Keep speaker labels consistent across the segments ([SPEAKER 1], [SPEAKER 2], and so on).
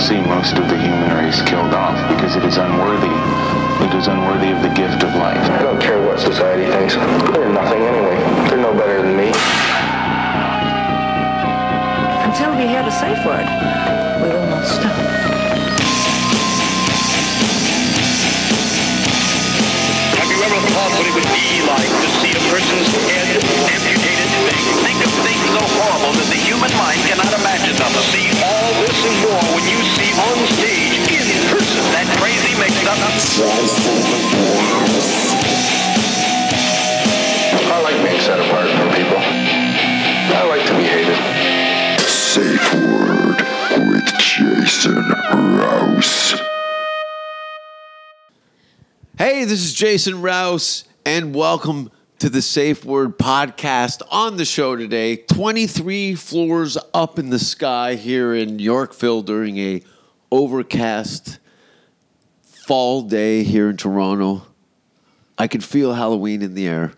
[SPEAKER 1] see most of the human race killed off because it is unworthy. It is unworthy of the gift of life.
[SPEAKER 2] I don't care what society thinks. They're nothing anyway. They're no better than me.
[SPEAKER 3] Until we hear the safe word, we will not stop.
[SPEAKER 4] Have you ever thought what it would be like to see a person's head amputated? Think, think of things so horrible that the human mind cannot imagine them. See all this and more when you see on stage, in person, that crazy mix-up.
[SPEAKER 2] I like being set apart from people. I like to be hated.
[SPEAKER 5] Safe Word with Jason Rouse.
[SPEAKER 6] Hey, this is Jason Rouse, and welcome to the Safe Word Podcast. On the show today, 23 floors up in the sky here in Yorkville during a overcast fall day here in Toronto. I could feel Halloween in the air.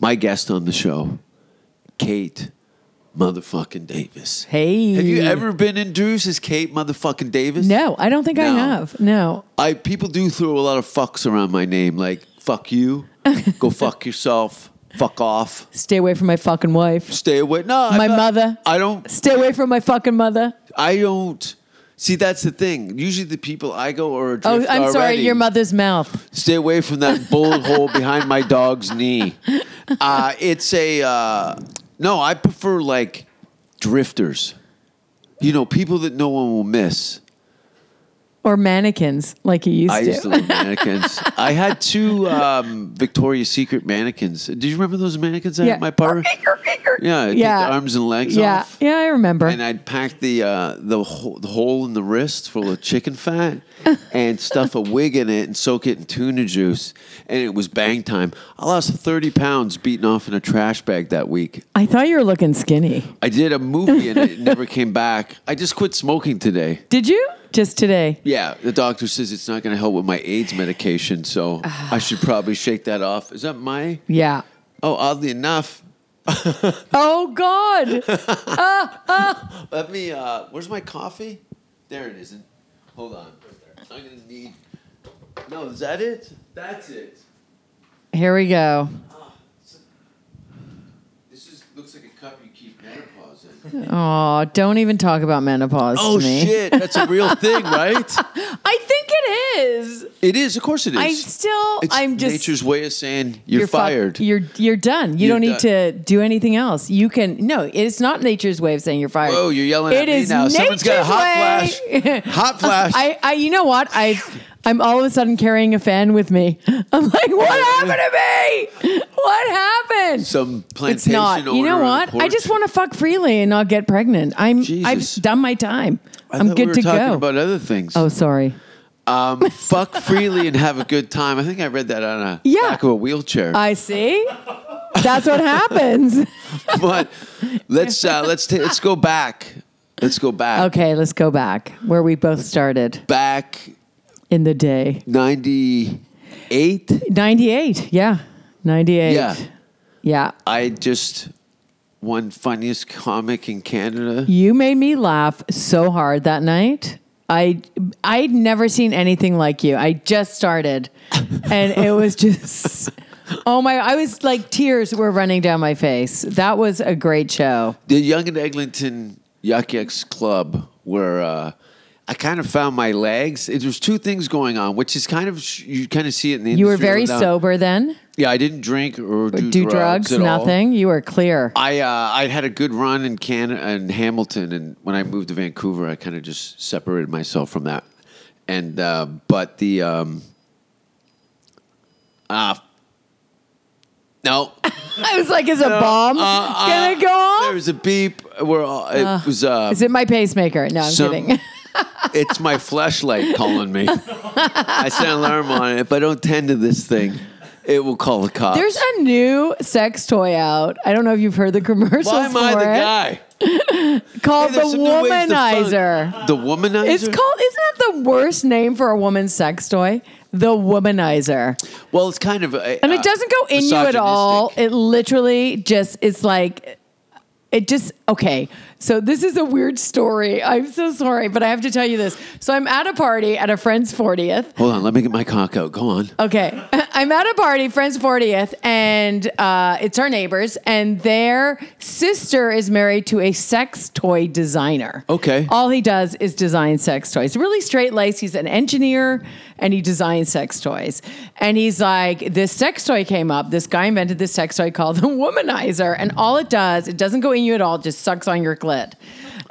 [SPEAKER 6] My guest on the show, Kate motherfucking Davis.
[SPEAKER 7] Hey.
[SPEAKER 6] Have you ever been introduced as Kate motherfucking Davis?
[SPEAKER 7] No, I don't think I
[SPEAKER 6] No.
[SPEAKER 7] have. No.
[SPEAKER 6] I people do throw a lot of fucks around my name, like fuck you, go fuck yourself, fuck off,
[SPEAKER 7] Stay away from my fucking wife.
[SPEAKER 6] stay away. No, I'm
[SPEAKER 7] My
[SPEAKER 6] not-
[SPEAKER 7] mother.
[SPEAKER 6] I don't.
[SPEAKER 7] Stay away from my fucking mother.
[SPEAKER 6] I don't. See, that's the thing. Usually, the people I go or
[SPEAKER 7] Oh, I'm sorry, your
[SPEAKER 6] mother.
[SPEAKER 7] mother's mouth.
[SPEAKER 6] Stay away from that bullet hole behind my dog's knee. Uh, it's a uh, no. I prefer like drifters. You know, people that no one will miss.
[SPEAKER 7] Or mannequins, like you used
[SPEAKER 6] I
[SPEAKER 7] to.
[SPEAKER 6] used to love mannequins. I had two um, Victoria's Secret mannequins. Do you remember those mannequins I had
[SPEAKER 7] Yeah.
[SPEAKER 6] at my park? Yeah, I'd
[SPEAKER 7] Yeah.
[SPEAKER 6] take the arms and legs
[SPEAKER 7] yeah.
[SPEAKER 6] off.
[SPEAKER 7] Yeah, I remember.
[SPEAKER 6] And I'd pack the uh, the, ho- the hole in the wrist full of chicken fat and stuff a wig in it and soak it in tuna juice. And it was bang time. I lost 30 pounds beaten off in a trash bag that week.
[SPEAKER 7] I thought you were looking skinny.
[SPEAKER 6] I did a movie and it never came back. I just quit smoking today.
[SPEAKER 7] Did you? Just today.
[SPEAKER 6] Yeah, the doctor says it's not going to help with my AIDS medication, so I should probably shake that off. Is that my?
[SPEAKER 7] Yeah.
[SPEAKER 6] Oh, oddly enough,
[SPEAKER 7] Oh God.
[SPEAKER 6] let me. Uh, where's my coffee? There it isn't. Hold on. I'm going to need. No, is that it? That's it.
[SPEAKER 7] Here we go.
[SPEAKER 6] This is looks like a cup you keep menopause in.
[SPEAKER 7] Oh, don't even talk about menopause
[SPEAKER 6] Oh
[SPEAKER 7] to me.
[SPEAKER 6] shit, that's a real thing, right?
[SPEAKER 7] I think it is.
[SPEAKER 6] It is. Of course, it is.
[SPEAKER 7] I still
[SPEAKER 6] It's
[SPEAKER 7] I'm just
[SPEAKER 6] nature's way of saying you're,
[SPEAKER 7] fuck-
[SPEAKER 6] fired.
[SPEAKER 7] you're you're done. You
[SPEAKER 6] You're
[SPEAKER 7] don't need
[SPEAKER 6] done.
[SPEAKER 7] to do anything else. You can no. It's not nature's way of saying you're fired.
[SPEAKER 6] Whoa, you're yelling at
[SPEAKER 7] It
[SPEAKER 6] me
[SPEAKER 7] is
[SPEAKER 6] now. Someone's got a hot
[SPEAKER 7] nature's way.
[SPEAKER 6] flash. Hot flash.
[SPEAKER 7] I, I you know what I. I'm all of a sudden carrying a fan with me. I'm like, what happened to me? What happened?
[SPEAKER 6] Oh, Some
[SPEAKER 7] it's
[SPEAKER 6] plantation
[SPEAKER 7] not. You know
[SPEAKER 6] owner on a
[SPEAKER 7] what? I just
[SPEAKER 6] porch.
[SPEAKER 7] want to fuck freely and not get pregnant. I'm.
[SPEAKER 6] Jesus.
[SPEAKER 7] I've done my time.
[SPEAKER 6] I
[SPEAKER 7] am
[SPEAKER 6] thought
[SPEAKER 7] good
[SPEAKER 6] we were
[SPEAKER 7] to
[SPEAKER 6] talking
[SPEAKER 7] go.
[SPEAKER 6] about other things.
[SPEAKER 7] oh, sorry.
[SPEAKER 6] Um, fuck freely and have a good time. I think I read that on a
[SPEAKER 7] Yeah. Uh,
[SPEAKER 6] back of a wheelchair.
[SPEAKER 7] I see. That's what happens.
[SPEAKER 6] but let's uh, let's ta- let's go back. Let's go back.
[SPEAKER 7] Okay, let's go back where we both started
[SPEAKER 6] Back
[SPEAKER 7] in the day.
[SPEAKER 6] ninety eight.
[SPEAKER 7] 98. Yeah. 98.
[SPEAKER 6] Yeah.
[SPEAKER 7] Yeah.
[SPEAKER 6] I just won funniest comic in Canada.
[SPEAKER 7] You made me laugh so hard that night. I I'd never seen anything like you. I just started and it was just Oh my I was like tears were running down my face. That was a great show.
[SPEAKER 6] the Young and Eglinton Yuck Yucks Club, where uh, I kind of found my legs. It, there's two things going on, which is kind of you kind of see it in the
[SPEAKER 7] You were
[SPEAKER 6] industry
[SPEAKER 7] very
[SPEAKER 6] now.
[SPEAKER 7] sober then.
[SPEAKER 6] Yeah, I didn't drink or do,
[SPEAKER 7] Do drugs,
[SPEAKER 6] at all.
[SPEAKER 7] nothing. You were clear.
[SPEAKER 6] I uh, I had a good run in Can in Hamilton, and when I moved to Vancouver, I kind of just separated myself from that. And uh, but the um, ah, no,
[SPEAKER 7] I was like, is a bomb gonna go
[SPEAKER 6] uh, there
[SPEAKER 7] off?
[SPEAKER 6] was a beep. We're all, it was uh,
[SPEAKER 7] Is it my pacemaker? No, I'm
[SPEAKER 6] some-
[SPEAKER 7] kidding.
[SPEAKER 6] it's my flashlight calling me. I set an alarm on it. If I don't tend to this thing, it will call the cops.
[SPEAKER 7] There's a new sex toy out. I don't know if you've heard the commercials
[SPEAKER 6] Why am
[SPEAKER 7] for
[SPEAKER 6] I the
[SPEAKER 7] it.
[SPEAKER 6] guy?
[SPEAKER 7] Called
[SPEAKER 6] Hey, there's
[SPEAKER 7] the
[SPEAKER 6] some new ways to fuck.
[SPEAKER 7] Womanizer.
[SPEAKER 6] The womanizer.
[SPEAKER 7] It's called. Isn't that the worst name for a woman's sex toy? The Womanizer,
[SPEAKER 6] Well, it's kind of. A,
[SPEAKER 7] and
[SPEAKER 6] uh,
[SPEAKER 7] it doesn't go in you at all.
[SPEAKER 6] misogynistic.
[SPEAKER 7] It literally just. It's like. It just okay. So this is a weird story. I'm so sorry, but I have to tell you this. So I'm at a party at a friend's 40th.
[SPEAKER 6] Hold on, let me get my cock out. Go on.
[SPEAKER 7] Okay. I'm at a party, friend's 40th, and uh, it's our neighbors, and their sister is married to a sex toy designer.
[SPEAKER 6] Okay.
[SPEAKER 7] All he does is design sex toys. Really straight laced. He's an engineer and he designs sex toys. And he's like, this sex toy came up. This guy invented this sex toy called the Womanizer. And all it does, it doesn't go in you at all, it just sucks on your clit.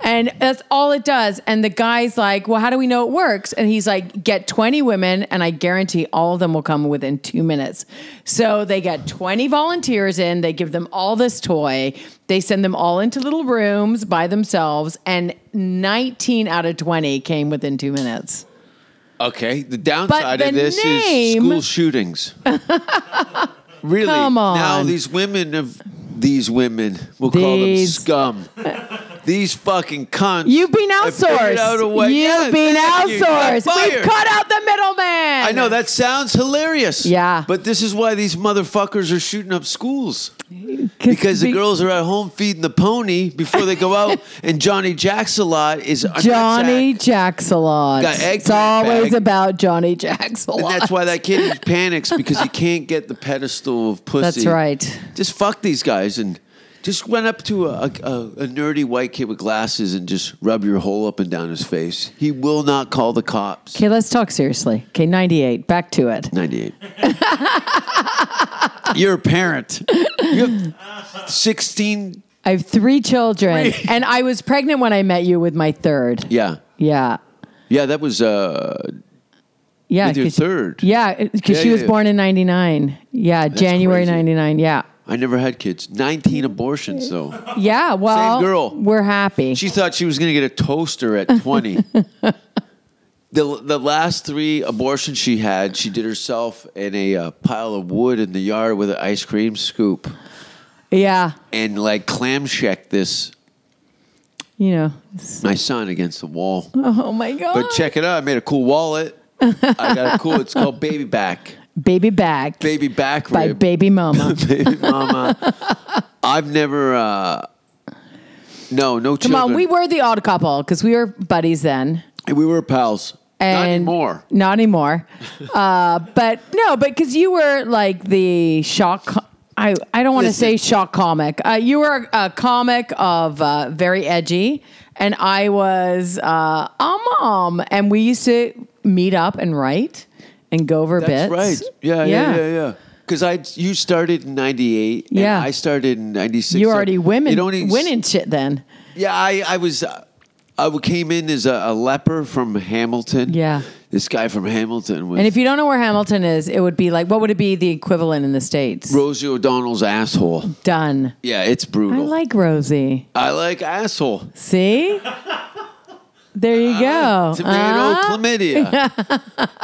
[SPEAKER 7] And that's all it does. And the guy's like, Well, how do we know it works? And he's like, Get 20 women, and I guarantee all of them will come within two minutes. So they get 20 volunteers in, they give them all this toy, they send them all into little rooms by themselves, and 19 out of 20 came within two minutes.
[SPEAKER 6] Okay. The downside
[SPEAKER 7] the
[SPEAKER 6] of this is
[SPEAKER 7] name-
[SPEAKER 6] school shootings. really?
[SPEAKER 7] Come
[SPEAKER 6] Now
[SPEAKER 7] on.
[SPEAKER 6] these women of these women, we'll call them
[SPEAKER 7] These-
[SPEAKER 6] scum. these fucking cunts.
[SPEAKER 7] You've been
[SPEAKER 6] have figured
[SPEAKER 7] outsourced.
[SPEAKER 6] out a way-
[SPEAKER 7] You've
[SPEAKER 6] Yeah,
[SPEAKER 7] been
[SPEAKER 6] thank you.
[SPEAKER 7] outsourced.
[SPEAKER 6] You're
[SPEAKER 7] We've
[SPEAKER 6] fired.
[SPEAKER 7] cut out the middleman.
[SPEAKER 6] I know that sounds hilarious.
[SPEAKER 7] Yeah.
[SPEAKER 6] But this is why these motherfuckers are shooting up schools. Because the
[SPEAKER 7] be-
[SPEAKER 6] girls are at home feeding the pony before they go out, and Johnny Jacks a lot is a
[SPEAKER 7] Johnny
[SPEAKER 6] nutsack.
[SPEAKER 7] Jacks a lot.
[SPEAKER 6] Got egg
[SPEAKER 7] It's
[SPEAKER 6] plant
[SPEAKER 7] always
[SPEAKER 6] bag.
[SPEAKER 7] about Johnny Jacks a
[SPEAKER 6] And
[SPEAKER 7] lot.
[SPEAKER 6] that's why that kid panics because he can't get the pedestal of pussy.
[SPEAKER 7] That's right.
[SPEAKER 6] Just fuck these guys and just went up to a, a, a nerdy white kid with glasses and just rub your hole up and down his face. He will not call the cops.
[SPEAKER 7] Okay, let's talk seriously. Okay, 98. Back to it.
[SPEAKER 6] 98. You're a parent. You have 16.
[SPEAKER 7] I have three children,
[SPEAKER 6] Three.
[SPEAKER 7] and I was pregnant when I met you with my third.
[SPEAKER 6] Yeah.
[SPEAKER 7] Yeah.
[SPEAKER 6] Yeah, that was uh,
[SPEAKER 7] Yeah.
[SPEAKER 6] with your
[SPEAKER 7] 'cause-
[SPEAKER 6] third.
[SPEAKER 7] Yeah, because
[SPEAKER 6] Yeah,
[SPEAKER 7] she
[SPEAKER 6] yeah,
[SPEAKER 7] was
[SPEAKER 6] yeah.
[SPEAKER 7] born in 99. Yeah, January
[SPEAKER 6] crazy.
[SPEAKER 7] 99. Yeah.
[SPEAKER 6] I never had kids. 19 abortions, though.
[SPEAKER 7] Yeah, well,
[SPEAKER 6] girl.
[SPEAKER 7] we're happy.
[SPEAKER 6] She thought she was going to get a toaster at 20. the, the last three abortions she had, she did herself in a uh, pile of wood in the yard with an ice cream scoop
[SPEAKER 7] yeah,
[SPEAKER 6] and like clam shacked this,
[SPEAKER 7] you know. it's-
[SPEAKER 6] my son, against the wall.
[SPEAKER 7] Oh my God.
[SPEAKER 6] But check it out. I made a cool wallet. I got a cool, it's called Baby Back.
[SPEAKER 7] Baby back
[SPEAKER 6] Baby Back
[SPEAKER 7] by
[SPEAKER 6] Rib.
[SPEAKER 7] Baby Mama.
[SPEAKER 6] Baby Mama. I've never, uh, no, no
[SPEAKER 7] Come
[SPEAKER 6] children.
[SPEAKER 7] on, we were the odd couple because we were buddies then.
[SPEAKER 6] we were pals. Not
[SPEAKER 7] and
[SPEAKER 6] anymore.
[SPEAKER 7] Not anymore. uh, but no, but because you were like the shock. co- I, I don't want to
[SPEAKER 6] Listen.
[SPEAKER 7] say shock comic. Uh, you were a comic of uh, very edgy, and I was uh, a mom. And we used to meet up and write and go over
[SPEAKER 6] That's
[SPEAKER 7] bits.
[SPEAKER 6] right. Yeah, yeah, yeah, yeah. Because I, you started in '98.
[SPEAKER 7] Yeah.
[SPEAKER 6] I started in '96.
[SPEAKER 7] You were already women,
[SPEAKER 6] You don't even-
[SPEAKER 7] winning shit then.
[SPEAKER 6] Yeah, I, I was. Uh, I came in as a, a leper from Hamilton.
[SPEAKER 7] Yeah.
[SPEAKER 6] This guy from Hamilton was
[SPEAKER 7] And if you don't know where Hamilton is, it would be like, what would it be the equivalent in the States?
[SPEAKER 6] Rosie O'Donnell's asshole.
[SPEAKER 7] Done.
[SPEAKER 6] Yeah, it's
[SPEAKER 7] I
[SPEAKER 6] brutal.
[SPEAKER 7] like Rosie.
[SPEAKER 6] I like asshole.
[SPEAKER 7] See? There you go. Uh,
[SPEAKER 6] Tomato
[SPEAKER 7] Uh-huh.
[SPEAKER 6] chlamydia.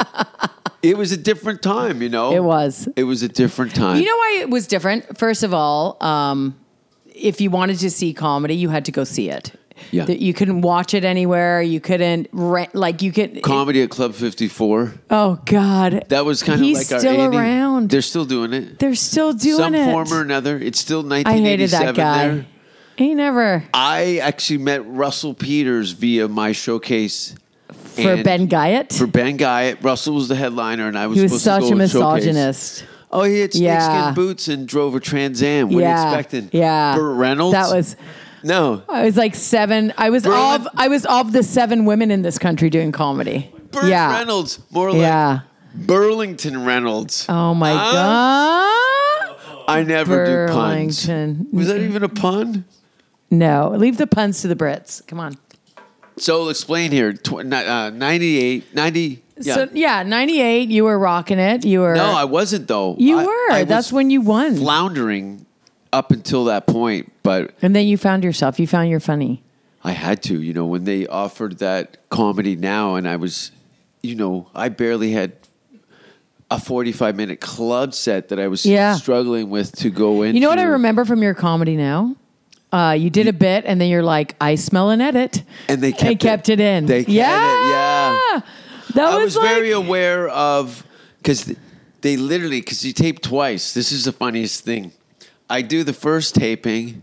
[SPEAKER 6] it was a different time, you know.
[SPEAKER 7] It was.
[SPEAKER 6] It was a different time.
[SPEAKER 7] You know why it was different? First of all, um, if you wanted to see comedy, you had to go see it.
[SPEAKER 6] Yeah.
[SPEAKER 7] That You couldn't watch it anywhere. You couldn't rent. Like you could.
[SPEAKER 6] comedy at Club 54.
[SPEAKER 7] oh God.
[SPEAKER 6] That was kind of
[SPEAKER 7] He's
[SPEAKER 6] like our
[SPEAKER 7] still
[SPEAKER 6] Andy-
[SPEAKER 7] around.
[SPEAKER 6] They're still doing it.
[SPEAKER 7] They're still doing
[SPEAKER 6] some
[SPEAKER 7] it.
[SPEAKER 6] form or another. It's still
[SPEAKER 7] I hated
[SPEAKER 6] 1987
[SPEAKER 7] that guy.
[SPEAKER 6] there.
[SPEAKER 7] He never
[SPEAKER 6] I actually met Russell Peters via my showcase
[SPEAKER 7] for
[SPEAKER 6] and-
[SPEAKER 7] Ben Guyett.
[SPEAKER 6] For Ben Guyett, Russell was the headliner, and I was.
[SPEAKER 7] he was
[SPEAKER 6] supposed to
[SPEAKER 7] such
[SPEAKER 6] go
[SPEAKER 7] a
[SPEAKER 6] and showcase.
[SPEAKER 7] misogynist.
[SPEAKER 6] Oh, he had snakeskin
[SPEAKER 7] Yeah.
[SPEAKER 6] boots and drove a Trans Am. What
[SPEAKER 7] yeah.
[SPEAKER 6] are you expecting?
[SPEAKER 7] Yeah.
[SPEAKER 6] Burt Reynolds.
[SPEAKER 7] That was.
[SPEAKER 6] no.
[SPEAKER 7] I was like seven. I was
[SPEAKER 6] Berlin-
[SPEAKER 7] of I was of the seven women in this country doing comedy.
[SPEAKER 6] Burt
[SPEAKER 7] yeah.
[SPEAKER 6] Reynolds, more like
[SPEAKER 7] Yeah.
[SPEAKER 6] Burlington Reynolds.
[SPEAKER 7] Oh my
[SPEAKER 6] Huh?
[SPEAKER 7] god.
[SPEAKER 6] I never do puns.
[SPEAKER 7] Burlington.
[SPEAKER 6] Was that even a pun?
[SPEAKER 7] No, leave the puns to the Brits. Come on.
[SPEAKER 6] So I'll explain here. Tw- ni- uh, 98, 90. Yeah.
[SPEAKER 7] So yeah, ninety eight. You were rocking it. You were.
[SPEAKER 6] no, I wasn't though.
[SPEAKER 7] you
[SPEAKER 6] I-
[SPEAKER 7] were.
[SPEAKER 6] I was
[SPEAKER 7] That's when you won.
[SPEAKER 6] floundering up until that point, but
[SPEAKER 7] and then you found yourself. You found you're funny.
[SPEAKER 6] I had to, you know, when they offered that comedy now and I was, you know, I barely had a 45 minute club set that I was
[SPEAKER 7] Yeah.
[SPEAKER 6] struggling with to go in.
[SPEAKER 7] You know what I remember from your comedy now? Uh, you did a bit, and then you're like, "I smell an edit,"
[SPEAKER 6] And they kept,
[SPEAKER 7] they kept it, in.
[SPEAKER 6] They kept
[SPEAKER 7] yeah,
[SPEAKER 6] it, yeah.
[SPEAKER 7] That
[SPEAKER 6] I
[SPEAKER 7] was,
[SPEAKER 6] was very
[SPEAKER 7] like-
[SPEAKER 6] aware of because th- they literally because you tape twice. This is the funniest thing. I do the first taping.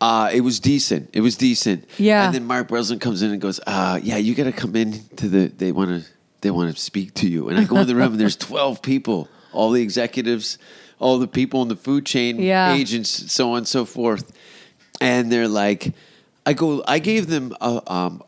[SPEAKER 6] Uh, it was decent. It was decent.
[SPEAKER 7] Yeah.
[SPEAKER 6] And then Mark Breslin comes in and goes, uh, "Yeah, you got to come in to the. They want to. They want to speak to you." And I go in the room, and there's twelve people, all the executives, all the people in the food chain,
[SPEAKER 7] Yeah.
[SPEAKER 6] agents, so on and so forth. And they're like, I go, I gave them a, um,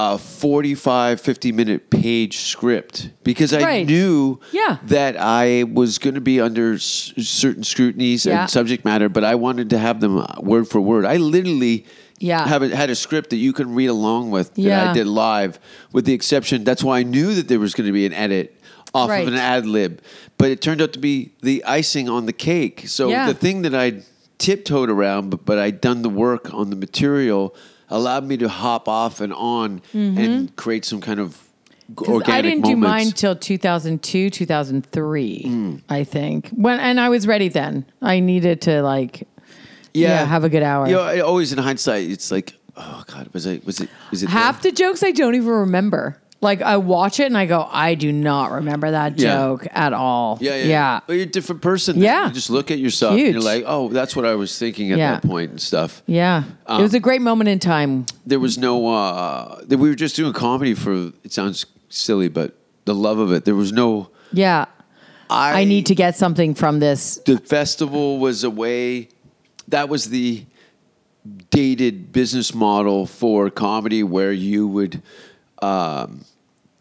[SPEAKER 6] a 45, 50 minute page script because I
[SPEAKER 7] Right.
[SPEAKER 6] knew
[SPEAKER 7] Yeah.
[SPEAKER 6] that I was going to be under s- certain scrutinies
[SPEAKER 7] Yeah.
[SPEAKER 6] and subject matter, but I wanted to have them uh, word for word. I literally
[SPEAKER 7] Yeah.
[SPEAKER 6] have a, had a script that you can read along with that I
[SPEAKER 7] Yeah.
[SPEAKER 6] did live, with the exception, that's why I knew that there was going to be an edit off
[SPEAKER 7] Right.
[SPEAKER 6] of an ad lib, but it turned out to be the icing on the cake. So
[SPEAKER 7] Yeah.
[SPEAKER 6] the thing that I tiptoed around, but, but I'd done the work on the material, allowed me to hop off and on and create some kind of g-
[SPEAKER 7] Mm-hmm. 'Cause
[SPEAKER 6] organic
[SPEAKER 7] I didn't do
[SPEAKER 6] moments.
[SPEAKER 7] mine till 2002, 2003, I think. When and I was ready then. I needed to like yeah, have a good hour.
[SPEAKER 6] You know, I- always in hindsight, it's like, oh God, was it? Was it? Was it?
[SPEAKER 7] half the jokes I don't even remember. Like I watch it and I go, I do not remember that
[SPEAKER 6] Yeah.
[SPEAKER 7] joke at all.
[SPEAKER 6] there? yeah, yeah,
[SPEAKER 7] yeah.
[SPEAKER 6] But you're a different person. then.
[SPEAKER 7] Yeah.
[SPEAKER 6] you just look at yourself. And you're
[SPEAKER 7] Huge.
[SPEAKER 6] like, oh, that's what I was thinking at
[SPEAKER 7] Yeah.
[SPEAKER 6] that point and stuff.
[SPEAKER 7] Yeah.
[SPEAKER 6] Um,
[SPEAKER 7] it was a great moment in time.
[SPEAKER 6] there was no uh that we were just doing comedy for it sounds silly but the love of it there was no
[SPEAKER 7] Yeah. I, need to get something from this.
[SPEAKER 6] the festival was a way that was the dated business model for comedy where you would um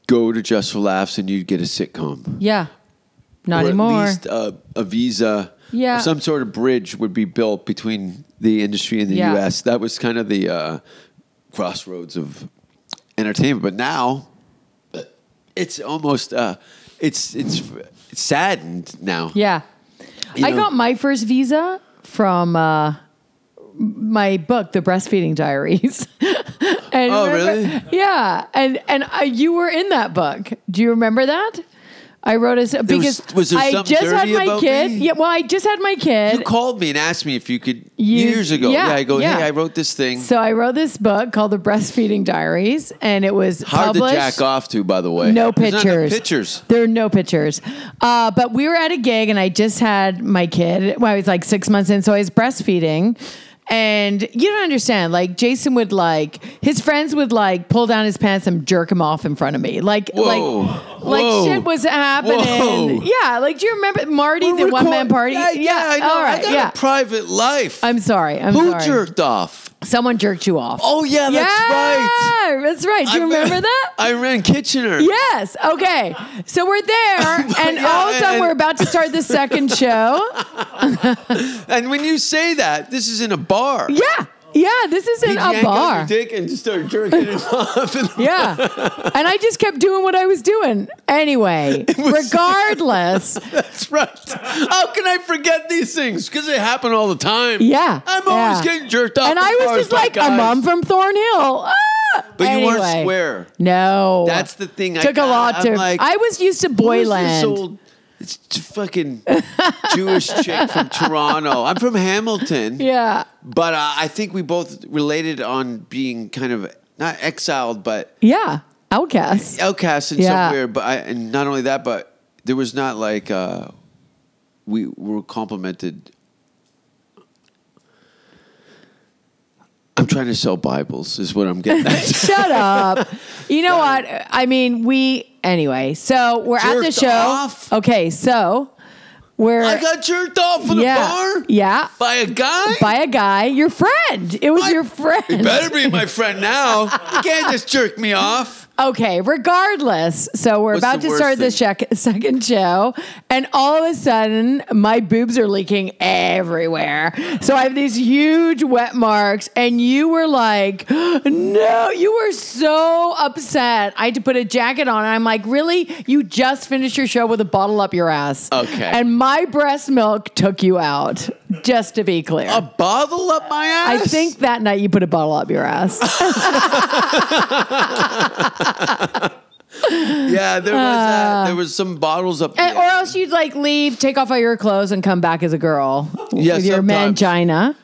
[SPEAKER 6] go to just for laughs and you'd get a sitcom
[SPEAKER 7] Yeah. Not
[SPEAKER 6] or
[SPEAKER 7] anymore.
[SPEAKER 6] At least a, a visa,
[SPEAKER 7] Yeah.
[SPEAKER 6] or some sort of bridge would be built between the industry and the
[SPEAKER 7] Yeah.
[SPEAKER 6] U.S. That was kind of the uh, crossroads of entertainment. But now, uh, it's almost uh, it's it's it's saddened now.
[SPEAKER 7] yeah.
[SPEAKER 6] You
[SPEAKER 7] I
[SPEAKER 6] know-
[SPEAKER 7] got my first visa from uh, my book, The Breastfeeding Diaries. and
[SPEAKER 6] Oh, really?
[SPEAKER 7] Yeah. And and uh, you were in that book. Do you remember that? I wrote as because
[SPEAKER 6] was there
[SPEAKER 7] I
[SPEAKER 6] something
[SPEAKER 7] just had
[SPEAKER 6] dirty
[SPEAKER 7] my
[SPEAKER 6] about
[SPEAKER 7] kid.
[SPEAKER 6] me?
[SPEAKER 7] Yeah, well, I just had my kid.
[SPEAKER 6] You called me and asked me if you could
[SPEAKER 7] Years-
[SPEAKER 6] years ago. Yeah,
[SPEAKER 7] yeah,
[SPEAKER 6] I go,
[SPEAKER 7] yeah.
[SPEAKER 6] hey, I wrote this thing.
[SPEAKER 7] so I wrote this book called The Breastfeeding Diaries, and it was
[SPEAKER 6] Hard to
[SPEAKER 7] published.
[SPEAKER 6] jack off to, by the way.
[SPEAKER 7] No
[SPEAKER 6] There's not enough
[SPEAKER 7] pictures.
[SPEAKER 6] Pictures.
[SPEAKER 7] There are no pictures. Uh, but we were at a gig and I just had my kid. Well, I was like six months in, so I was breastfeeding. And you don't understand. Like Jason would like his friends would like pull down his pants and jerk him off in front of me. Like
[SPEAKER 6] Whoa.
[SPEAKER 7] like like
[SPEAKER 6] Whoa.
[SPEAKER 7] shit was happening.
[SPEAKER 6] Whoa.
[SPEAKER 7] Yeah. Like do you remember Marty,
[SPEAKER 6] We're
[SPEAKER 7] the
[SPEAKER 6] record-
[SPEAKER 7] one man party?
[SPEAKER 6] Yeah, yeah, I know.
[SPEAKER 7] All right.
[SPEAKER 6] I got
[SPEAKER 7] yeah.
[SPEAKER 6] a private life.
[SPEAKER 7] I'm sorry. I'm
[SPEAKER 6] Who
[SPEAKER 7] sorry.
[SPEAKER 6] jerked off?
[SPEAKER 7] Someone jerked you off.
[SPEAKER 6] Oh yeah, that's right.
[SPEAKER 7] Yeah, That's right. Do you
[SPEAKER 6] I re-
[SPEAKER 7] remember that?
[SPEAKER 6] I ran Kitchener.
[SPEAKER 7] Yes. Okay. So we're there, and
[SPEAKER 6] Yeah,
[SPEAKER 7] all of a sudden
[SPEAKER 6] and-
[SPEAKER 7] we're about to start the second show.
[SPEAKER 6] And when you say that, this is in a bar.
[SPEAKER 7] Yeah. Yeah. This is in
[SPEAKER 6] He'd
[SPEAKER 7] a
[SPEAKER 6] yank out
[SPEAKER 7] bar.
[SPEAKER 6] Your dick and just start jerking it off. And
[SPEAKER 7] Yeah. And I just kept doing what I was doing. Anyway, regardless.
[SPEAKER 6] that's right. How can I forget these things? Because they happen all the time.
[SPEAKER 7] Yeah.
[SPEAKER 6] I'm always
[SPEAKER 7] yeah.
[SPEAKER 6] getting jerked off.
[SPEAKER 7] And
[SPEAKER 6] in
[SPEAKER 7] I was
[SPEAKER 6] bars
[SPEAKER 7] just
[SPEAKER 6] by
[SPEAKER 7] like,
[SPEAKER 6] guys.
[SPEAKER 7] a mom from Thornhill. Ah!
[SPEAKER 6] But you
[SPEAKER 7] Anyway.
[SPEAKER 6] weren't square.
[SPEAKER 7] No.
[SPEAKER 6] That's the thing. I
[SPEAKER 7] Took a
[SPEAKER 6] got-
[SPEAKER 7] lot
[SPEAKER 6] I'm
[SPEAKER 7] to.
[SPEAKER 6] like,
[SPEAKER 7] I was used to
[SPEAKER 6] Who is this
[SPEAKER 7] Boyland.
[SPEAKER 6] old- It's t- fucking Jewish chick from Toronto. I'm from Hamilton.
[SPEAKER 7] Yeah.
[SPEAKER 6] But uh, I think we both related on being kind of not exiled, but
[SPEAKER 7] Yeah. Outcast.
[SPEAKER 6] outcast in
[SPEAKER 7] Yeah.
[SPEAKER 6] some weird but I, and not only that but there was not like uh we were complimented i'm trying to sell bibles is what i'm getting at
[SPEAKER 7] Shut up. You know what? I mean, we anyway. So we're at the
[SPEAKER 6] Jerked
[SPEAKER 7] show.
[SPEAKER 6] off?
[SPEAKER 7] Okay, so we're
[SPEAKER 6] i got jerked off in
[SPEAKER 7] yeah,
[SPEAKER 6] the bar
[SPEAKER 7] yeah
[SPEAKER 6] by a guy
[SPEAKER 7] by a guy, your friend. It was
[SPEAKER 6] My-
[SPEAKER 7] your friend.
[SPEAKER 6] you better be my friend now you can't just jerk me off
[SPEAKER 7] Okay, regardless. So we're
[SPEAKER 6] What's
[SPEAKER 7] about
[SPEAKER 6] the
[SPEAKER 7] to
[SPEAKER 6] worst
[SPEAKER 7] start the check- second show, and all of a sudden, my boobs are leaking everywhere. So I have these huge wet marks, and you were like, No, you were so upset. I had to put a jacket on, and I'm like, Really? You just finished your show with a bottle up your ass.
[SPEAKER 6] Okay.
[SPEAKER 7] And my breast milk took you out, just to be clear.
[SPEAKER 6] a bottle up my
[SPEAKER 7] I
[SPEAKER 6] ass
[SPEAKER 7] think that night you put a bottle up your ass.
[SPEAKER 6] yeah there was uh, there was some bottles up
[SPEAKER 7] And,
[SPEAKER 6] the-
[SPEAKER 7] Eh, or else you'd like leave, take off all your clothes, and come back as a girl
[SPEAKER 6] Yeah,
[SPEAKER 7] with your
[SPEAKER 6] sometimes.
[SPEAKER 7] mangina.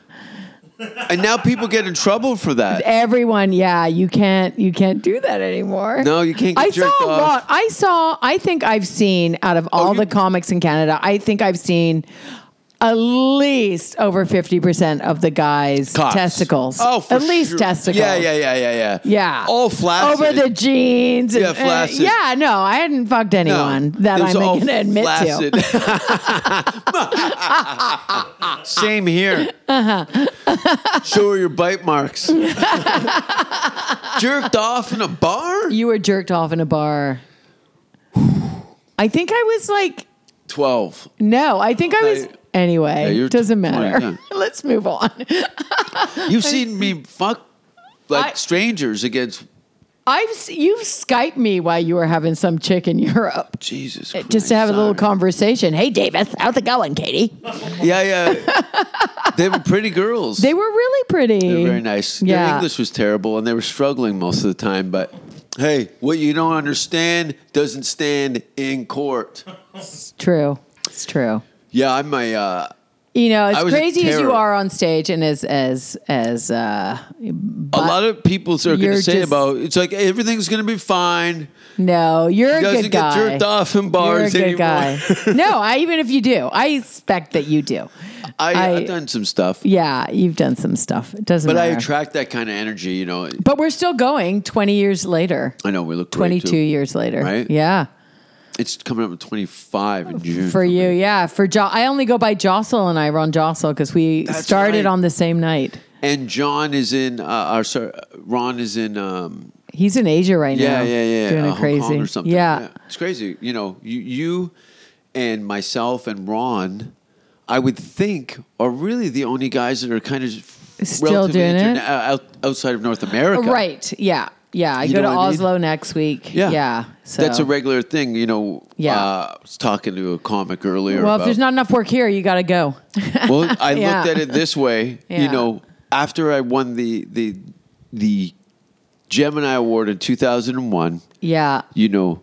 [SPEAKER 6] and now people get in trouble for that
[SPEAKER 7] Everyone, yeah, you can't, you can't do that anymore.
[SPEAKER 6] No, you can't get
[SPEAKER 7] I saw
[SPEAKER 6] jerked
[SPEAKER 7] a
[SPEAKER 6] off. Oh,
[SPEAKER 7] lot. I saw. I think I've seen out of all
[SPEAKER 6] you-
[SPEAKER 7] the comics in Canada. I think I've seen. at least over 50% of the guys'
[SPEAKER 6] Cocks.
[SPEAKER 7] testicles.
[SPEAKER 6] Oh, for
[SPEAKER 7] At least
[SPEAKER 6] sure.
[SPEAKER 7] testicles.
[SPEAKER 6] Yeah, yeah, yeah, yeah, yeah.
[SPEAKER 7] Yeah.
[SPEAKER 6] All flaccid.
[SPEAKER 7] Over the jeans. and- eh,
[SPEAKER 6] Yeah, flaccid.
[SPEAKER 7] yeah, no, I hadn't fucked anyone that I'm going to admit to.
[SPEAKER 6] to. Same here.
[SPEAKER 7] Uh-huh.
[SPEAKER 6] Show her your bite marks. Jerked off in a bar?
[SPEAKER 7] You were jerked off in a bar. I think I was like,
[SPEAKER 6] 12.
[SPEAKER 7] no, I think I
[SPEAKER 6] No,
[SPEAKER 7] was.
[SPEAKER 6] you-
[SPEAKER 7] Anyway,
[SPEAKER 6] you're
[SPEAKER 7] doesn't
[SPEAKER 6] t-
[SPEAKER 7] matter.
[SPEAKER 6] yeah.
[SPEAKER 7] Let's move on.
[SPEAKER 6] You've seen me fuck like
[SPEAKER 7] I-
[SPEAKER 6] strangers against
[SPEAKER 7] I've s- you've Skyped me while you were having some chick in Europe eh,
[SPEAKER 6] Jesus Christ.
[SPEAKER 7] just to have a little
[SPEAKER 6] sorry.
[SPEAKER 7] conversation. Hey, Davis, how's it going, Katie?
[SPEAKER 6] Yeah, yeah. they were pretty girls.
[SPEAKER 7] They were really pretty.
[SPEAKER 6] They're very nice. Their
[SPEAKER 7] Yeah.
[SPEAKER 6] English was terrible, and they were struggling most of the time. But hey, what you don't understand doesn't stand in court.
[SPEAKER 7] It's true. It's true.
[SPEAKER 6] Yeah, I'm a. Uh,
[SPEAKER 7] You know,
[SPEAKER 6] I
[SPEAKER 7] as
[SPEAKER 6] was a
[SPEAKER 7] crazy as you
[SPEAKER 6] terror.
[SPEAKER 7] are on stage and as as as uh
[SPEAKER 6] a lot of people are going to
[SPEAKER 7] you're
[SPEAKER 6] say
[SPEAKER 7] just-
[SPEAKER 6] about it's like everything's going to be fine.
[SPEAKER 7] no, you're
[SPEAKER 6] You
[SPEAKER 7] a
[SPEAKER 6] guys
[SPEAKER 7] good
[SPEAKER 6] don't
[SPEAKER 7] guy.
[SPEAKER 6] get jerked off in bars
[SPEAKER 7] you're a
[SPEAKER 6] anymore.
[SPEAKER 7] good guy. no, I even if you do, I expect that you do.
[SPEAKER 6] I, I,
[SPEAKER 7] I-
[SPEAKER 6] have done some stuff,
[SPEAKER 7] Yeah, you've done some stuff. It doesn't
[SPEAKER 6] but I
[SPEAKER 7] matter.
[SPEAKER 6] attract that kind of energy. You know,
[SPEAKER 7] but we're still going 20 years later.
[SPEAKER 6] I know we look great,
[SPEAKER 7] 22
[SPEAKER 6] too.
[SPEAKER 7] years later.
[SPEAKER 6] Right?
[SPEAKER 7] Yeah.
[SPEAKER 6] It's coming up to 25 in June
[SPEAKER 7] For you,
[SPEAKER 6] me.
[SPEAKER 7] yeah. For jo- I only go by Jocelyn and I run Jocelyn because we
[SPEAKER 6] That's
[SPEAKER 7] started
[SPEAKER 6] right.
[SPEAKER 7] on the same night.
[SPEAKER 6] And John is in. Uh, our sorry, Ron is in. Um,
[SPEAKER 7] He's in Asia right
[SPEAKER 6] yeah,
[SPEAKER 7] now.
[SPEAKER 6] yeah, yeah.
[SPEAKER 7] Doing
[SPEAKER 6] uh,
[SPEAKER 7] it crazy.
[SPEAKER 6] Hong Kong or something.
[SPEAKER 7] Yeah.
[SPEAKER 6] It's crazy. You know, you, you and myself and Ron, I would think, are really the only guys that are kind of
[SPEAKER 7] Still
[SPEAKER 6] relatively
[SPEAKER 7] doing it?
[SPEAKER 6] interna- uh, out, outside of North America.
[SPEAKER 7] Right. Yeah. Yeah. I
[SPEAKER 6] You
[SPEAKER 7] go to
[SPEAKER 6] know what I mean?
[SPEAKER 7] Oslo next week.
[SPEAKER 6] Yeah.
[SPEAKER 7] So
[SPEAKER 6] That's a regular thing. You know,
[SPEAKER 7] Yeah.
[SPEAKER 6] uh, I was talking to a comic earlier.
[SPEAKER 7] Well, if
[SPEAKER 6] about-
[SPEAKER 7] there's not enough work here, you got to go.
[SPEAKER 6] Well, I
[SPEAKER 7] Yeah.
[SPEAKER 6] looked at it this way. You
[SPEAKER 7] Yeah.
[SPEAKER 6] know, after I won the the the Gemini Award in 2001,
[SPEAKER 7] yeah.
[SPEAKER 6] you know,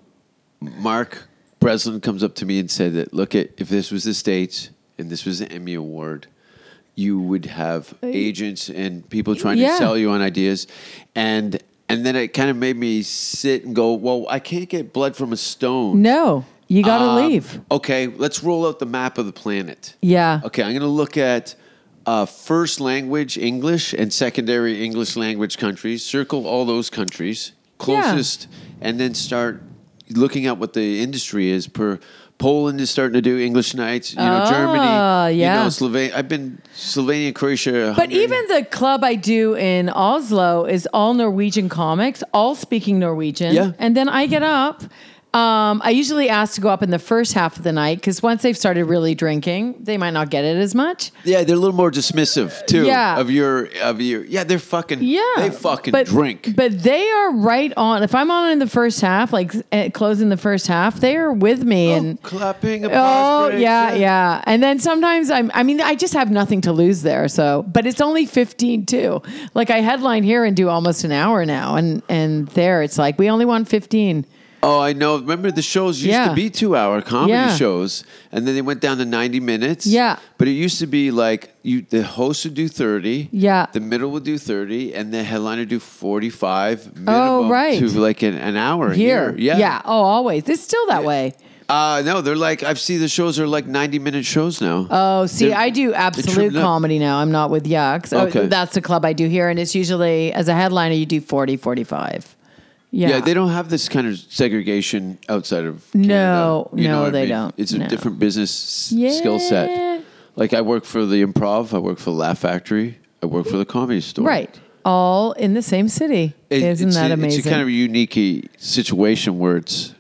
[SPEAKER 6] Mark Breslin comes up to me and said that, look, at if this was the States and this was the Emmy Award, you would have agents and people trying to
[SPEAKER 7] Yeah.
[SPEAKER 6] sell you on ideas. And and then it kind of made me sit and go, well, I can't get blood from a stone.
[SPEAKER 7] No, you got to
[SPEAKER 6] Um,
[SPEAKER 7] leave.
[SPEAKER 6] Okay, let's roll out the map of the planet.
[SPEAKER 7] Yeah.
[SPEAKER 6] Okay, I'm going to look at uh, first language English and secondary English language countries, circle all those countries closest, and then start looking at what the industry is per. Poland is starting to do English nights. You know,
[SPEAKER 7] Ah,
[SPEAKER 6] Germany.
[SPEAKER 7] yeah.
[SPEAKER 6] You know, Slovenia. I've been Slovenia, Croatia.
[SPEAKER 7] But
[SPEAKER 6] Hungary.
[SPEAKER 7] even the club I do in Oslo is all Norwegian comics, all speaking Norwegian.
[SPEAKER 6] Yeah.
[SPEAKER 7] And then I get up. Um, I usually ask to go up in the first half of the night because once they've started really drinking, they might not get it as much.
[SPEAKER 6] yeah, they're a little more dismissive too
[SPEAKER 7] Yeah.
[SPEAKER 6] of your of your. Yeah, they're fucking.
[SPEAKER 7] Yeah,
[SPEAKER 6] they fucking drink.
[SPEAKER 7] But they are right on. If I'm on in the first half, like eh, closing the first half, they are with me
[SPEAKER 6] Oh,
[SPEAKER 7] and.
[SPEAKER 6] clapping. applause
[SPEAKER 7] Oh
[SPEAKER 6] breaks,
[SPEAKER 7] yeah, yeah. And then sometimes I'm I mean I just have nothing to lose there. So, but it's only 15 too. Like I headline here and do almost an hour now and and there it's like we only want 15.
[SPEAKER 6] Oh, I know. Remember the shows used
[SPEAKER 7] Yeah.
[SPEAKER 6] to be two hour comedy
[SPEAKER 7] Yeah.
[SPEAKER 6] shows, and then they went down to ninety minutes.
[SPEAKER 7] Yeah.
[SPEAKER 6] but it used to be like you the host would do thirty.
[SPEAKER 7] Yeah.
[SPEAKER 6] the middle would do thirty, and the headliner do forty five minimum
[SPEAKER 7] Oh, right.
[SPEAKER 6] to like an, an hour
[SPEAKER 7] Here.
[SPEAKER 6] here. Yeah,
[SPEAKER 7] Yeah, oh always. It's still that way.
[SPEAKER 6] Uh, no, they're like I've seen the shows are like ninety minute shows now.
[SPEAKER 7] Oh, see,
[SPEAKER 6] They're-
[SPEAKER 7] I do
[SPEAKER 6] they're
[SPEAKER 7] absolute
[SPEAKER 6] trimmed up.
[SPEAKER 7] comedy now. I'm not with Yucks. Oh,
[SPEAKER 6] Okay.
[SPEAKER 7] that's the club I do here and it's usually as a headliner you do 40 45. Yeah.
[SPEAKER 6] Yeah. they don't have this kind of segregation outside of
[SPEAKER 7] No,
[SPEAKER 6] Canada. You
[SPEAKER 7] no,
[SPEAKER 6] know what I
[SPEAKER 7] they
[SPEAKER 6] mean?
[SPEAKER 7] don't.
[SPEAKER 6] It's a
[SPEAKER 7] No.
[SPEAKER 6] different business
[SPEAKER 7] Yeah.
[SPEAKER 6] s skill set. Like I work for the Improv, I work for Laugh Factory, I work for the Comedy Store.
[SPEAKER 7] Right. All in the same city.
[SPEAKER 6] It-
[SPEAKER 7] is Isn't
[SPEAKER 6] it's
[SPEAKER 7] that
[SPEAKER 6] a,
[SPEAKER 7] amazing?
[SPEAKER 6] It's a kind of unique situation where it's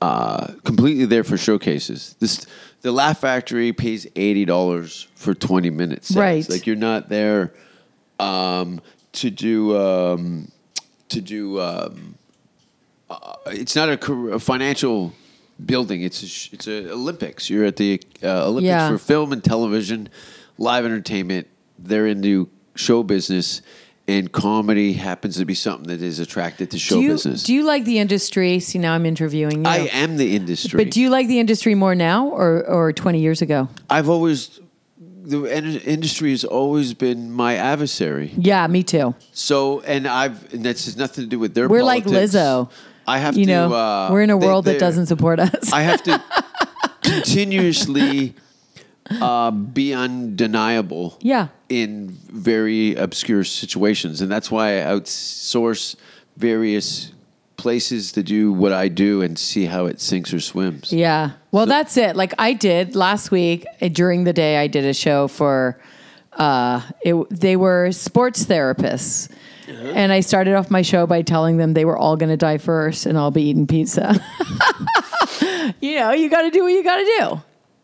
[SPEAKER 6] uh, completely there for showcases. This the Laugh Factory pays eighty dollars for twenty minutes.
[SPEAKER 7] Right.
[SPEAKER 6] like you're not there um, to do um, to do. Um, uh, it's not a, car- a financial building. It's a, sh- it's a Olympics. You're at the uh, Olympics
[SPEAKER 7] Yeah.
[SPEAKER 6] for film and television, live entertainment. They're into show business. And comedy happens to be something that is attracted to show
[SPEAKER 7] do you,
[SPEAKER 6] business.
[SPEAKER 7] Do you like the industry? See, now I'm interviewing you.
[SPEAKER 6] I am the industry.
[SPEAKER 7] But do you like the industry more now or, or 20 years ago?
[SPEAKER 6] I've always the en- industry has always been my adversary.
[SPEAKER 7] Yeah, me too.
[SPEAKER 6] So, and I've and that's has nothing to do with their.
[SPEAKER 7] We're like
[SPEAKER 6] politics.
[SPEAKER 7] Lizzo.
[SPEAKER 6] I have
[SPEAKER 7] You
[SPEAKER 6] to.
[SPEAKER 7] know,
[SPEAKER 6] uh,
[SPEAKER 7] we're in a
[SPEAKER 6] they-
[SPEAKER 7] world that
[SPEAKER 6] they're-
[SPEAKER 7] doesn't support us.
[SPEAKER 6] I have to continuously uh, be undeniable
[SPEAKER 7] Yeah.
[SPEAKER 6] in very obscure situations. And that's why I outsource various places to do what I do and see how it sinks or swims.
[SPEAKER 7] Yeah. Well, that's it. Like I did last week uh, during the day, I did a show for. Uh, it, they were sports therapists,
[SPEAKER 6] Uh-huh.
[SPEAKER 7] and I started off my show by telling them they were all going to die first, and I'll be eating pizza. you know, you got to do what you got to do.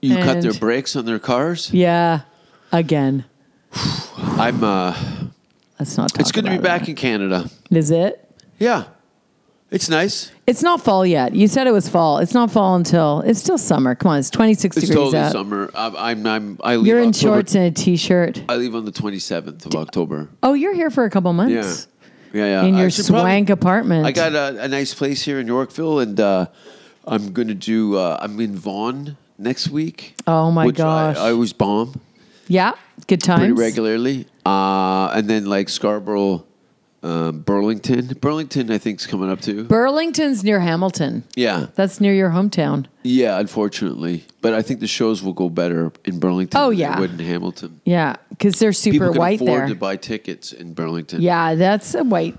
[SPEAKER 6] You cut their
[SPEAKER 7] And-
[SPEAKER 6] brakes on their cars.
[SPEAKER 7] Yeah. Again,
[SPEAKER 6] I'm. Uh,
[SPEAKER 7] let's not. Talk
[SPEAKER 6] it's good to be
[SPEAKER 7] about it.
[SPEAKER 6] back in Canada.
[SPEAKER 7] Is it?
[SPEAKER 6] Yeah, it's nice.
[SPEAKER 7] It's not fall yet. You said it was fall. It's not fall until it's still summer. Come on, it's twenty six
[SPEAKER 6] It's
[SPEAKER 7] degrees
[SPEAKER 6] totally
[SPEAKER 7] out.
[SPEAKER 6] summer. I'm. I'm. I'm I leave
[SPEAKER 7] You're in
[SPEAKER 6] October-
[SPEAKER 7] shorts and a t shirt.
[SPEAKER 6] I leave on the 27th of October.
[SPEAKER 7] Oh, you're here for a couple
[SPEAKER 6] Yeah.
[SPEAKER 7] months.
[SPEAKER 6] Yeah, yeah. Uh,
[SPEAKER 7] In
[SPEAKER 6] I
[SPEAKER 7] your
[SPEAKER 6] should probably-
[SPEAKER 7] swank apartment.
[SPEAKER 6] I got a, a nice place here in Yorkville, and uh, I'm gonna do. Uh, I'm in Vaughan next week.
[SPEAKER 7] Oh, my
[SPEAKER 6] which
[SPEAKER 7] gosh.
[SPEAKER 6] I, I always bomb
[SPEAKER 7] Yeah, good times.
[SPEAKER 6] pretty regularly, uh, and then like Scarborough, um, Burlington. Burlington, I think, is coming up too.
[SPEAKER 7] Burlington's near Hamilton.
[SPEAKER 6] yeah,
[SPEAKER 7] That's near your hometown.
[SPEAKER 6] yeah. Unfortunately, but I think the shows will go better in Burlington.
[SPEAKER 7] Oh,
[SPEAKER 6] than they
[SPEAKER 7] yeah.
[SPEAKER 6] would in Hamilton.
[SPEAKER 7] Yeah, because they're super
[SPEAKER 6] People can
[SPEAKER 7] white
[SPEAKER 6] afford
[SPEAKER 7] there.
[SPEAKER 6] to buy tickets in Burlington.
[SPEAKER 7] yeah, that's a white.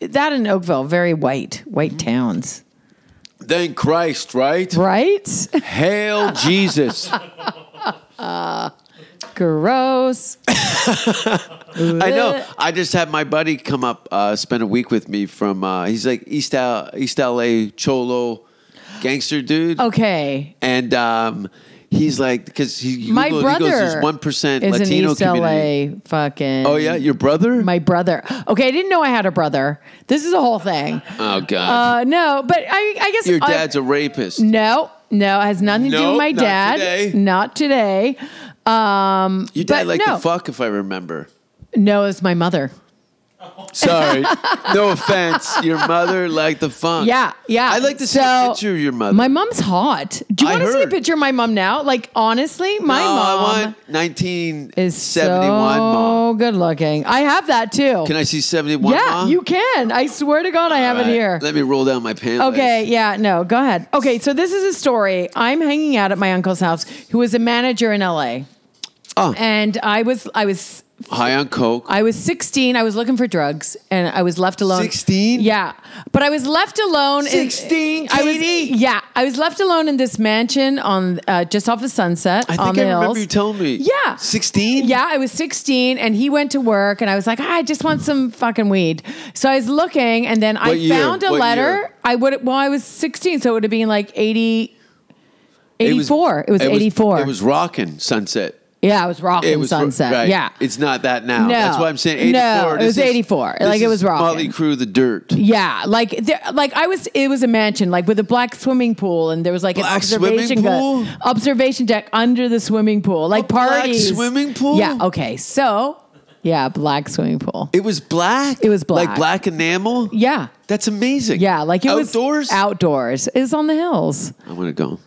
[SPEAKER 7] That in Oakville, very white,
[SPEAKER 6] Mm-hmm.
[SPEAKER 7] white towns,
[SPEAKER 6] thank Christ, right?
[SPEAKER 7] right?
[SPEAKER 6] Hail Jesus!
[SPEAKER 7] Gross.
[SPEAKER 6] I know. I just had my buddy come up, uh, spend a week with me from. Uh, he's like East L- East LA cholo gangster dude,
[SPEAKER 7] Oh. Okay,
[SPEAKER 6] and um, he's like because he
[SPEAKER 7] my
[SPEAKER 6] Googled- he
[SPEAKER 7] brother
[SPEAKER 6] goes, "There's one percent
[SPEAKER 7] is
[SPEAKER 6] Latino
[SPEAKER 7] an East
[SPEAKER 6] community."
[SPEAKER 7] LA fucking.
[SPEAKER 6] Oh yeah, your brother.
[SPEAKER 7] my brother. Okay, I didn't know I had a brother. This is a whole thing.
[SPEAKER 6] oh god,
[SPEAKER 7] Uh, no, but I, I guess
[SPEAKER 6] your
[SPEAKER 7] I-
[SPEAKER 6] dad's a rapist.
[SPEAKER 7] No, no, it has nothing to do
[SPEAKER 6] Nope,
[SPEAKER 7] with my
[SPEAKER 6] not
[SPEAKER 7] dad.
[SPEAKER 6] today.
[SPEAKER 7] Not today. Um,
[SPEAKER 6] your dad
[SPEAKER 7] but
[SPEAKER 6] like
[SPEAKER 7] no.
[SPEAKER 6] to fuck, if I remember.
[SPEAKER 7] No, it's my mother.
[SPEAKER 6] Sorry, no offense. Your mother liked the funk.
[SPEAKER 7] Yeah, yeah.
[SPEAKER 6] I'd like to see a
[SPEAKER 7] So,
[SPEAKER 6] picture of your mother.
[SPEAKER 7] My mom's hot. Do you
[SPEAKER 6] I
[SPEAKER 7] want to see a
[SPEAKER 6] heard.
[SPEAKER 7] picture of my mom now? Like honestly, my
[SPEAKER 6] no,
[SPEAKER 7] mom
[SPEAKER 6] I want 1971
[SPEAKER 7] is so
[SPEAKER 6] mom.
[SPEAKER 7] good looking. I have that too.
[SPEAKER 6] Can I see 71
[SPEAKER 7] yeah,
[SPEAKER 6] mom?
[SPEAKER 7] you can. I swear to God, I have
[SPEAKER 6] All
[SPEAKER 7] it
[SPEAKER 6] right,
[SPEAKER 7] here.
[SPEAKER 6] Let me roll down my pants.
[SPEAKER 7] Okay, yeah, no, go ahead. Okay, so this is a story. I'm hanging out at my uncle's house, who is a manager in LA,
[SPEAKER 6] Oh,
[SPEAKER 7] and I was I was
[SPEAKER 6] high on coke.
[SPEAKER 7] I was 16. I was looking for drugs, and I was left alone.
[SPEAKER 6] 16?
[SPEAKER 7] Yeah, but I was left alone. in-
[SPEAKER 6] 16,
[SPEAKER 7] I was-
[SPEAKER 6] Katie?
[SPEAKER 7] yeah, I was left alone in this mansion on uh, just off of Sunset.
[SPEAKER 6] I
[SPEAKER 7] on
[SPEAKER 6] think
[SPEAKER 7] the
[SPEAKER 6] I remember
[SPEAKER 7] hills.
[SPEAKER 6] you telling me.
[SPEAKER 7] Yeah.
[SPEAKER 6] 16?
[SPEAKER 7] Yeah, I was 16 and he went to work and I was like, "Ah, I just want some fucking weed. So I was looking and then I
[SPEAKER 6] What year?
[SPEAKER 7] found a
[SPEAKER 6] What
[SPEAKER 7] letter.
[SPEAKER 6] year?
[SPEAKER 7] I would well, I was 16, so it would have been like 80
[SPEAKER 6] It was-
[SPEAKER 7] 84. It was, 84.
[SPEAKER 6] It was rocking sunset.
[SPEAKER 7] yeah, I was rocking
[SPEAKER 6] It was
[SPEAKER 7] sunset.
[SPEAKER 6] right.
[SPEAKER 7] Yeah.
[SPEAKER 6] It's not that now.
[SPEAKER 7] No.
[SPEAKER 6] That's why I'm saying
[SPEAKER 7] No,
[SPEAKER 6] 84.
[SPEAKER 7] it
[SPEAKER 6] This
[SPEAKER 7] was
[SPEAKER 6] is-
[SPEAKER 7] 84.
[SPEAKER 6] this
[SPEAKER 7] Like, it
[SPEAKER 6] is
[SPEAKER 7] was rocking.
[SPEAKER 6] Motley Crue, the dirt.
[SPEAKER 7] Yeah, like there, like I was. It was a mansion, like with a black swimming pool, and there was like an
[SPEAKER 6] Black swimming
[SPEAKER 7] observation
[SPEAKER 6] pool?
[SPEAKER 7] observation deck under the swimming pool, like
[SPEAKER 6] black
[SPEAKER 7] parties.
[SPEAKER 6] swimming pool?
[SPEAKER 7] Yeah. Okay. So, yeah, black swimming pool.
[SPEAKER 6] It was black.
[SPEAKER 7] It was black.
[SPEAKER 6] Like black enamel.
[SPEAKER 7] yeah.
[SPEAKER 6] That's amazing.
[SPEAKER 7] Yeah, like it
[SPEAKER 6] outdoors.
[SPEAKER 7] was outdoors. It was on the hills.
[SPEAKER 6] I'm gonna go.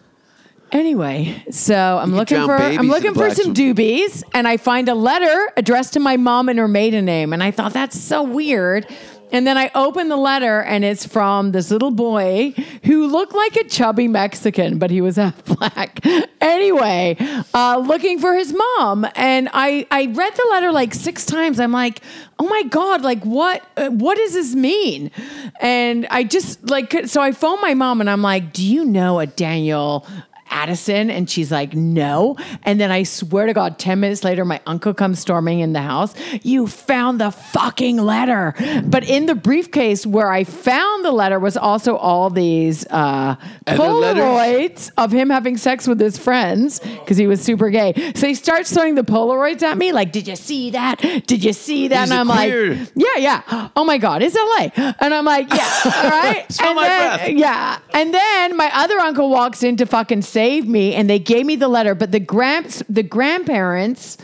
[SPEAKER 7] Anyway, so I'm looking
[SPEAKER 6] drown
[SPEAKER 7] for
[SPEAKER 6] babies
[SPEAKER 7] I'm
[SPEAKER 6] in
[SPEAKER 7] looking for
[SPEAKER 6] black
[SPEAKER 7] some
[SPEAKER 6] swimming
[SPEAKER 7] doobies, and I find a letter addressed to my mom and her maiden name, and I thought that's so weird. And then I open the letter, and it's from this little boy who looked like a chubby Mexican, but he was half black. Anyway, uh, looking for his mom, and I I read the letter like six times. I'm like, oh my god, like what uh, what does this mean? And I just like could- so I phone my mom, and I'm like, do you know a Daniel? Addison? And she's like, no. And then I swear to God, 10 minutes later, my uncle comes storming in the house. You found the fucking letter. But in the briefcase where I found the letter was also all these uh,
[SPEAKER 6] Other letters?
[SPEAKER 7] Polaroids of him having sex with his friends because he was super gay. So he starts throwing the Polaroids at me, like, did you see that? Did you see that?
[SPEAKER 6] He's
[SPEAKER 7] and
[SPEAKER 6] a
[SPEAKER 7] I'm
[SPEAKER 6] queer.
[SPEAKER 7] like, yeah, yeah. Oh my God, it's LA. And I'm like, yeah, all right.
[SPEAKER 6] Smell
[SPEAKER 7] and
[SPEAKER 6] my
[SPEAKER 7] then,
[SPEAKER 6] breath.
[SPEAKER 7] yeah. And then my other uncle walks in to fucking save me, and they gave me the letter. But the gramps, the grandparents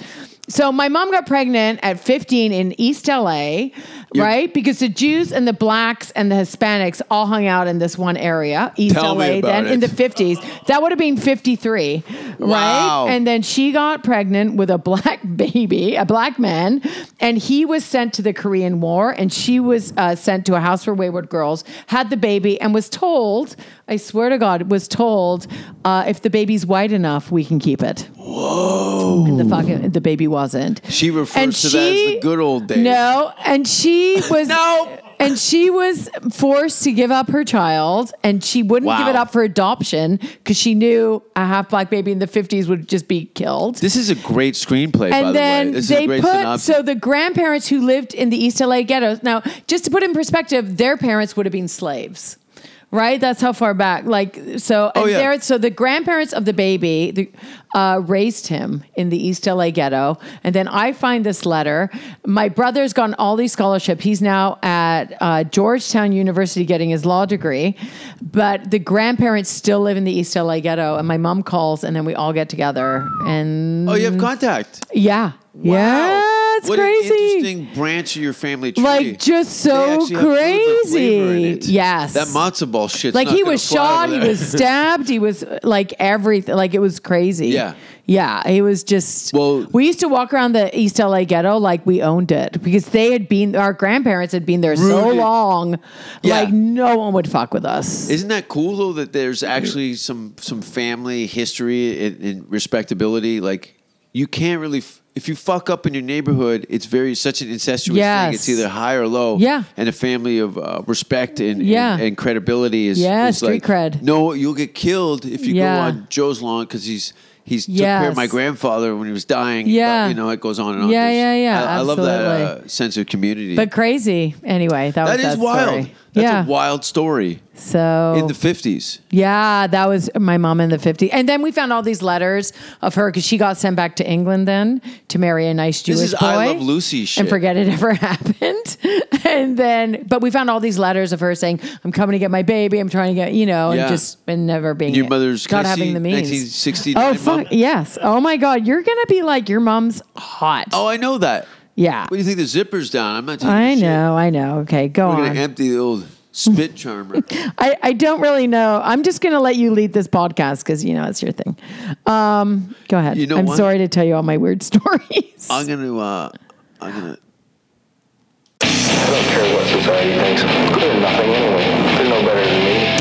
[SPEAKER 7] So my mom got pregnant at 15 in East LA,
[SPEAKER 6] You're-
[SPEAKER 7] right? Because the Jews and the blacks and the Hispanics all hung out in this one area, East
[SPEAKER 6] Tell
[SPEAKER 7] LA,
[SPEAKER 6] me about
[SPEAKER 7] then
[SPEAKER 6] it.
[SPEAKER 7] in the 50s. That would have been 53,
[SPEAKER 6] Wow.
[SPEAKER 7] right? And then she got pregnant with a black baby, a black man, and he was sent to the Korean War, and she was uh, sent to a house for wayward girls, had the baby, and was told, I swear to God, was told, uh, if the baby's white enough, we can keep it. Whoa. And the fucking the baby wasn't.
[SPEAKER 6] She refers to that as the good old days.
[SPEAKER 7] No, and she was
[SPEAKER 6] No.
[SPEAKER 7] and she was forced to give up her child, and she wouldn't give
[SPEAKER 6] Wow.
[SPEAKER 7] it up for adoption because she knew a half black baby in the fifties would just be killed.
[SPEAKER 6] This is a great screenplay, by
[SPEAKER 7] and
[SPEAKER 6] the
[SPEAKER 7] then
[SPEAKER 6] way. This is
[SPEAKER 7] they
[SPEAKER 6] a great
[SPEAKER 7] put
[SPEAKER 6] synopsis.
[SPEAKER 7] so the grandparents who lived in the East LA ghettos. Now, just to put in perspective, their parents would have been slaves. Right, that's how far back. Like so,
[SPEAKER 6] Oh,
[SPEAKER 7] and
[SPEAKER 6] yeah.
[SPEAKER 7] there- so the grandparents of the baby the, uh, raised him in the East LA ghetto, and then I find this letter. My brother's gotten all these scholarship. He's now at uh, Georgetown University getting his law degree, but the grandparents still live in the East LA ghetto. And my mom calls, and then we all get together, and
[SPEAKER 6] oh, you have contact.
[SPEAKER 7] yeah. Yeah.
[SPEAKER 6] Wow.
[SPEAKER 7] It's
[SPEAKER 6] what
[SPEAKER 7] crazy.
[SPEAKER 6] An interesting branch of your family tree.
[SPEAKER 7] Like, just
[SPEAKER 6] They
[SPEAKER 7] so
[SPEAKER 6] actually have food with flavor in
[SPEAKER 7] crazy.
[SPEAKER 6] it.
[SPEAKER 7] Yes.
[SPEAKER 6] That matzo ball shit.
[SPEAKER 7] like he was shot, he was stabbed, he was like everything. Like it was crazy.
[SPEAKER 6] Yeah.
[SPEAKER 7] Yeah. He was just
[SPEAKER 6] Well-
[SPEAKER 7] we used to walk around the East LA ghetto like we owned it because they had been our grandparents had been there so
[SPEAKER 6] Rooted.
[SPEAKER 7] long.
[SPEAKER 6] Yeah.
[SPEAKER 7] Like no one would fuck with us.
[SPEAKER 6] Isn't that cool though? That there's actually some some family history and, and respectability. Like you can't really. F- if you fuck up in your neighborhood, it's very such an incestuous
[SPEAKER 7] Yes.
[SPEAKER 6] thing. It's either high or low.
[SPEAKER 7] Yeah.
[SPEAKER 6] and a family of uh, respect and,
[SPEAKER 7] Yeah.
[SPEAKER 6] and and credibility is
[SPEAKER 7] Yeah,
[SPEAKER 6] is
[SPEAKER 7] street
[SPEAKER 6] like,
[SPEAKER 7] cred.
[SPEAKER 6] No, you'll get killed if you
[SPEAKER 7] Yeah.
[SPEAKER 6] go on Joe's lawn because he's he's took care
[SPEAKER 7] Yes.
[SPEAKER 6] of my grandfather when he was dying.
[SPEAKER 7] Yeah.
[SPEAKER 6] but, you know it goes on and on.
[SPEAKER 7] Yeah,
[SPEAKER 6] There's-
[SPEAKER 7] yeah, yeah,
[SPEAKER 6] I, I love that
[SPEAKER 7] absolutely.
[SPEAKER 6] uh, sense of community.
[SPEAKER 7] but crazy. Anyway, that,
[SPEAKER 6] that
[SPEAKER 7] was
[SPEAKER 6] is
[SPEAKER 7] that
[SPEAKER 6] wild.
[SPEAKER 7] story.
[SPEAKER 6] That's
[SPEAKER 7] yeah.
[SPEAKER 6] a wild story
[SPEAKER 7] so
[SPEAKER 6] in the fifties.
[SPEAKER 7] Yeah, that was my mom in the 50s. And then we found all these letters of her because she got sent back to England then to marry a nice Jewish
[SPEAKER 6] This is
[SPEAKER 7] boy.
[SPEAKER 6] I Love Lucy shit.
[SPEAKER 7] And forget it ever happened. And then, but we found all these letters of her saying, I'm coming to get my baby. I'm trying to get, you know,
[SPEAKER 6] Yeah.
[SPEAKER 7] and just, and never being
[SPEAKER 6] Your mother's
[SPEAKER 7] not
[SPEAKER 6] can I
[SPEAKER 7] having
[SPEAKER 6] see
[SPEAKER 7] the means.
[SPEAKER 6] 1969
[SPEAKER 7] Oh, fuck.
[SPEAKER 6] mom?
[SPEAKER 7] Yes. Oh, my God. You're going to be like, your mom's hot.
[SPEAKER 6] Oh, I know that.
[SPEAKER 7] yeah.
[SPEAKER 6] What do you think the zipper's down? I'm not. Taking
[SPEAKER 7] I
[SPEAKER 6] the shit.
[SPEAKER 7] know. I know. Okay. Go
[SPEAKER 6] We're
[SPEAKER 7] on.
[SPEAKER 6] gonna empty the old spit charmer.
[SPEAKER 7] I, I don't really know. I'm just going to let you lead this podcast because, you know, it's your thing. Um, go ahead.
[SPEAKER 6] You know
[SPEAKER 7] I'm
[SPEAKER 6] what?
[SPEAKER 7] sorry to tell you all my weird stories.
[SPEAKER 6] I'm gonna. Uh, I'm gonna.
[SPEAKER 2] I don't care what society thinks. They're nothing anyway. They're no better than me.